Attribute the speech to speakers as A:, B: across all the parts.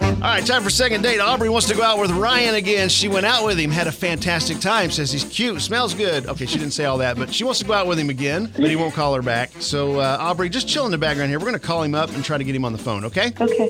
A: All right, time for second date. Aubrey wants to go out with Ryan again. She went out with him, had a fantastic time, says he's cute, smells good. Okay, she didn't say all that, but she wants to go out with him again, but he won't call her back. So, uh, Aubrey, just chill in the background here. We're going to call him up and try to get him on the phone, okay?
B: Okay.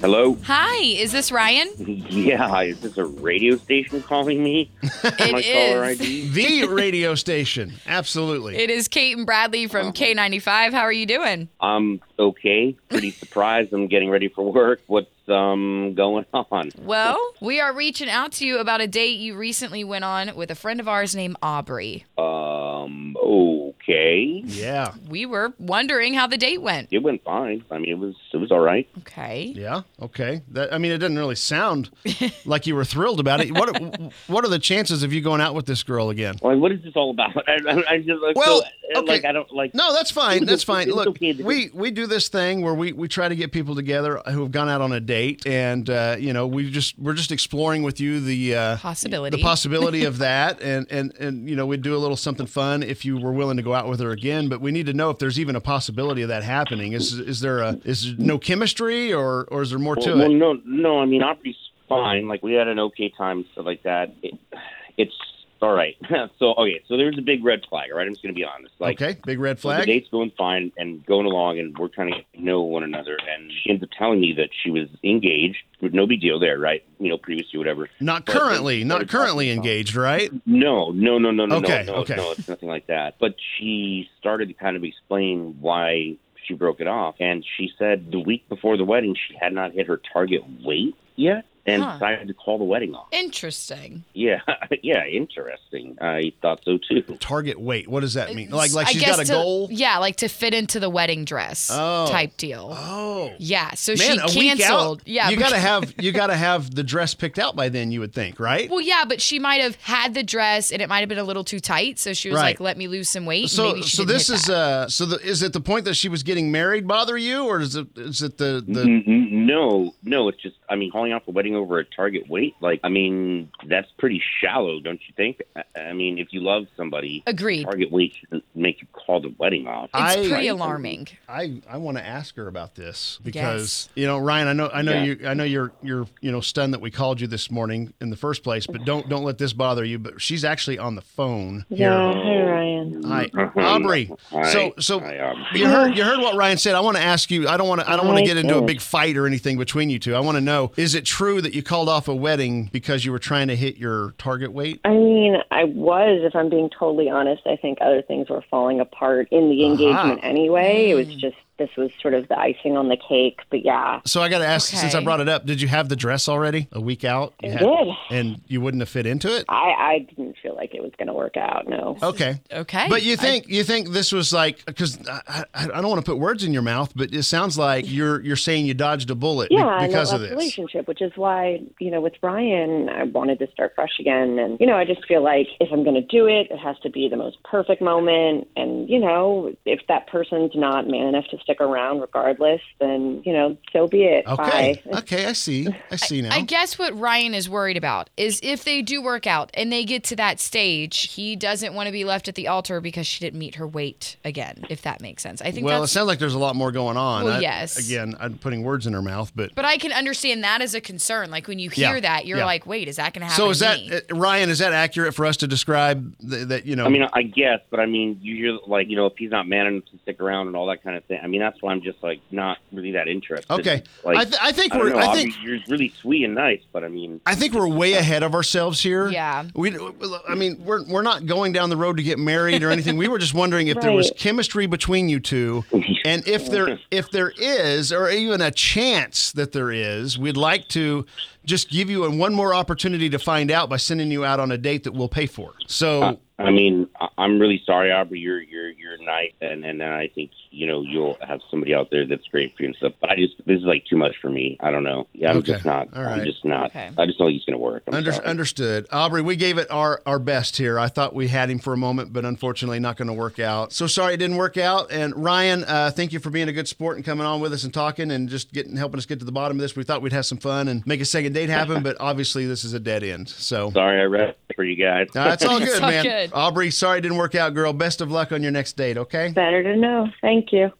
C: Hello?
D: Hi, is this Ryan?
C: Yeah, is this a radio station calling me?
D: It
C: My caller
D: is.
C: ID?
A: The radio station. Absolutely.
D: It is Kate and Bradley from K95. How are you doing?
C: I'm okay. Pretty surprised. I'm getting ready for work. What's um going on?
D: Well, we are reaching out to you about a date you recently went on with a friend of ours named Aubrey.
C: Um, okay.
A: yeah.
D: We were wondering how the date went.
C: It went fine. I mean, it was it was all right.
D: Okay.
A: Yeah. Okay. That, I mean, it didn't really sound like you were thrilled about it. What What are the chances of you going out with this girl again?
C: Like, what is this all about? I, I, I just like,
A: Well,
C: so, uh,
A: okay.
C: like I don't like.
A: No, that's fine.
C: It's
A: That's
C: okay.
A: fine.
C: It's
A: Look,
C: okay.
A: we we do this thing where we we try to get people together who have gone out on a date, and uh, you know, we just we're just exploring with you the uh,
D: Possibility.
A: the possibility of that, and and and you know, we'd do a little something fun if you were willing to go out with her again. But we need to know if there's even a possibility of that happening. Is is there a is there no chemistry, or or is there more to
C: well,
A: it?
C: no, no. I mean, Opry's fine. Like we had an okay time, stuff like that. It, it's all right. so okay, so there's a big red flag. All right, I'm just gonna be honest. Like,
A: Okay, big red
C: So The
A: flag.
C: date's going fine and going along, and we're trying to get to know one another. And she ends up telling me that she was engaged. With no big deal there, right? You know, previously, whatever.
A: Not
C: But-
A: currently, not currently engaged, right?
C: No, no, no, no, no,
A: Okay,
C: no, no,
A: okay.
C: no. It's nothing like that. But she started to kind of explain why she broke it off, and she said the week before the wedding she had not hit her target weight yet, and
D: Huh.
C: decided to call the wedding off.
D: Interesting.
C: Yeah, yeah, interesting. I thought so too.
A: Target weight. What does that mean? Like like
D: I
A: she's
D: guess
A: got a
D: to-
A: goal.
D: Yeah, like to fit into the wedding dress
A: Oh.
D: type deal.
A: Oh.
D: Yeah, so
A: Man, a
D: she
A: week
D: canceled.
A: out.
D: Yeah,
A: you
D: but-
A: gotta have you gotta have the dress picked out by then. You would think, right?
D: Well, yeah, but she might have had the dress and it might have been a little too tight, so she was
A: Right.
D: like, "Let me lose some weight." and
A: so
D: maybe she
A: so
D: didn't
A: this
D: hit
A: is
D: that.
A: uh so the, is it the point that she was getting married bother you or is it is it the the
C: N- n- Mm-hmm. no, no, it's just, I mean, calling off a wedding over a target weight, like, I mean, that's pretty shallow, don't you think? I, I mean, if you love somebody,
D: agreed.
C: target weight shouldn't make you call the wedding off.
A: I-
D: It's pretty
C: Right?
D: alarming.
A: I, I want to ask her about this because you know Ryan I know I know
C: Yeah.
A: you I know you're you're you know stunned that we called you this morning in the first place but don't don't let this bother you but she's actually on the phone here
B: Yeah. Hi, Ryan.
A: Hi,
C: Mhm.
A: Aubrey.
C: Oh, Hi.
A: So- so-
C: Hi, Aubrey.
A: You heard you heard what Ryan said. I want to ask you. I don't want to. I don't want to
B: Oh, I
A: get into a
B: did.
A: big fight or anything between you two. I want to know: Is it true that you called off a wedding because you were trying to hit your target weight?
B: I mean, I was, if I'm being totally honest, I think other things were falling apart in the
A: Uh-huh. Mm.
B: engagement anyway. It was just, this was sort of the icing on the cake. But yeah,
A: So I got to ask, since I
D: Okay.
A: brought it up, did you have the dress already a week out? You
B: I
A: had-
B: did.
A: and you wouldn't have fit into it.
B: I, I didn't feel like it was going to work out. No.
A: Okay.
D: Okay.
A: But you
D: I-
A: think you think this was like because I, I, I don't want to put words in your mouth, but it sounds like you're you're saying you dodged a bullet be-
B: Yeah, I
A: because
B: love
A: of this.
B: our relationship, which is why you know with Ryan, I wanted to start fresh again, and you know I just feel like if I'm going to do it, it has to be the most perfect moment, and you know if that person's not man enough to stick around regardless, then you know so be it.
A: Okay.
B: Bye.
A: Okay. I see. I see now.
D: I guess what Ryan is worried about is if they do work out and they get to that stage, he doesn't want to be left at the altar because she didn't meet her weight again, if that makes sense. I think
A: well, it
D: that's
A: sounds like there's a lot more going on.
D: Well,
A: I-
D: yes.
A: Again, I'm putting words in her mouth, but
D: but I can understand that as a concern. Like when you
A: Yeah,
D: hear that, you're
A: yeah.
D: like, wait, is that going to happen?
A: So is
D: to
A: that
D: me?
A: uh, Ryan? Is that accurate for us to describe th- that? You know,
C: I mean, I guess, but I mean, you hear, like, you know, if he's not man enough to stick around and all that kind of thing, I mean, that's why I'm just, like, not really that interested.
A: Okay.
C: Like,
A: I, th- I think
C: I don't
A: we're.
C: know,
A: I
C: Aubrey,
A: think
C: you're really sweet and nice, but I mean,
A: I think we're way ahead of ourselves here.
D: Yeah.
A: We. I mean, we're we're not going down the road to get married or anything. we were just wondering if there was
B: Right.
A: chemistry between you two, and if there if there is, or even a chance that there is, we'd like to just give you one more opportunity to find out by sending you out on a date that we'll pay for. So.
C: I mean, I- I'm really sorry, Aubrey. You're you're you're nice, and and I think you know you'll have somebody out there that's great for you and stuff. But I just this is like too much for me. I don't know. Yeah, I'm
A: Okay.
C: just not.
A: All right.
C: I'm just not.
D: Okay.
C: I just don't think it's gonna work. I'm
A: Under,
C: sorry.
A: understood. Aubrey, we gave it our, our best here. I thought we had him for a moment, but unfortunately, not going to work out. So sorry it didn't work out. And Ryan, uh, thank you for being a good sport and coming on with us and talking and just getting helping us get to the bottom of this. We thought we'd have some fun and make a second date happen, but obviously, this is a dead end. So
C: sorry, I read it for you guys.
A: no, it's all good,
D: all
A: man.
D: good.
A: Aubrey, sorry it didn't work out, girl. Best of luck on your next date, okay?
B: Better to know. Thank you.